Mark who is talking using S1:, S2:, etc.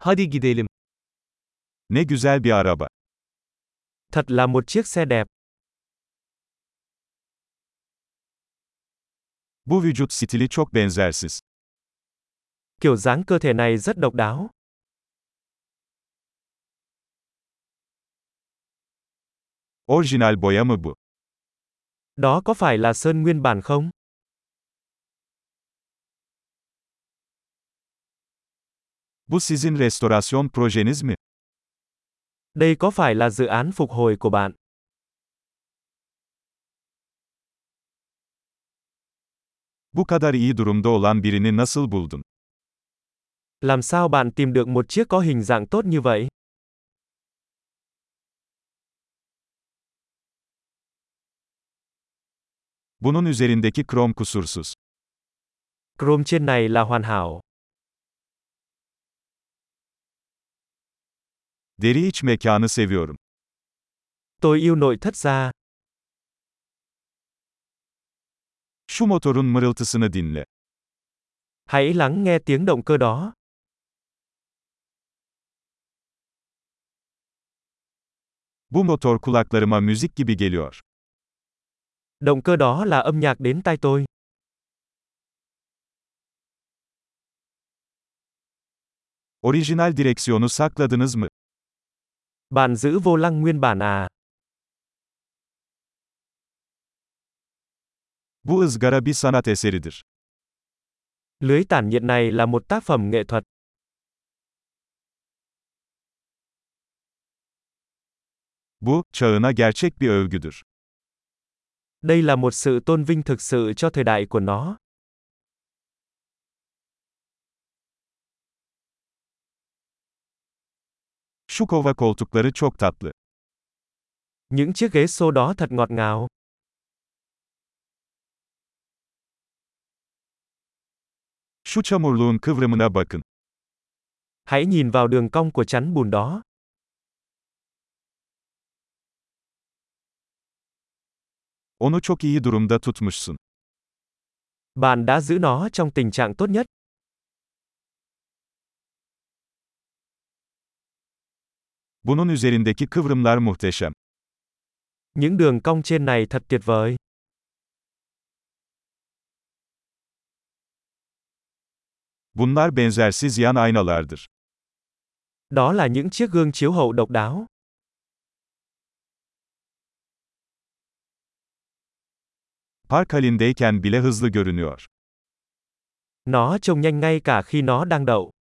S1: Hadi gidelim.
S2: Ne güzel bir araba.
S1: Thật là một chiếc xe đẹp.
S2: Bu vücut stili çok benzersiz.
S1: Kiểu dáng cơ thể này rất độc đáo.
S2: Orijinal boya mı bu?
S1: Đó có phải là sơn nguyên bản không?
S2: Bu sizin restorasyon projeniz mi?
S1: Đây có phải là dự án phục hồi của bạn?
S2: Bu kadar iyi durumda olan birini nasıl buldun?
S1: Làm sao bạn tìm được một chiếc có hình dạng tốt như vậy?
S2: Bunun üzerindeki krom kusursuz.
S1: Chrome trên này là hoàn hảo.
S2: Deri iç mekanı seviyorum.
S1: Tôi yêu nội thất gia.
S2: Şu motorun mırıltısını dinle.
S1: Hãy lắng nghe tiếng động cơ đó.
S2: Bu motor kulaklarıma müzik gibi geliyor.
S1: Động cơ đó là âm nhạc đến tai tôi.
S2: Orijinal direksiyonu sakladınız mı?
S1: Bạn giữ vô lăng nguyên bản à?
S2: Bu ızgara bir sanat eseridir.
S1: Lưới tản nhiệt này là một tác phẩm nghệ thuật.
S2: Bu, çağına gerçek bir övgüdür.
S1: Đây là một sự tôn vinh thực sự cho thời đại của nó.
S2: Şu kova koltukları çok tatlı.
S1: Những chiếc ghế xô đó thật ngọt ngào.
S2: Şu çamurluğun kıvrımına bakın.
S1: Hãy nhìn vào đường cong của chắn bùn đó.
S2: Onu çok iyi durumda tutmuşsun.
S1: Bạn đã giữ nó trong tình trạng tốt nhất.
S2: Bunun üzerindeki kıvrımlar muhteşem.
S1: Những đường cong trên này thật tuyệt vời.
S2: Bunlar benzersiz yan aynalardır.
S1: Đó là những chiếc gương chiếu hậu độc đáo.
S2: Park halindeyken bile hızlı görünüyor.
S1: Nó trông nhanh ngay cả khi nó đang đậu.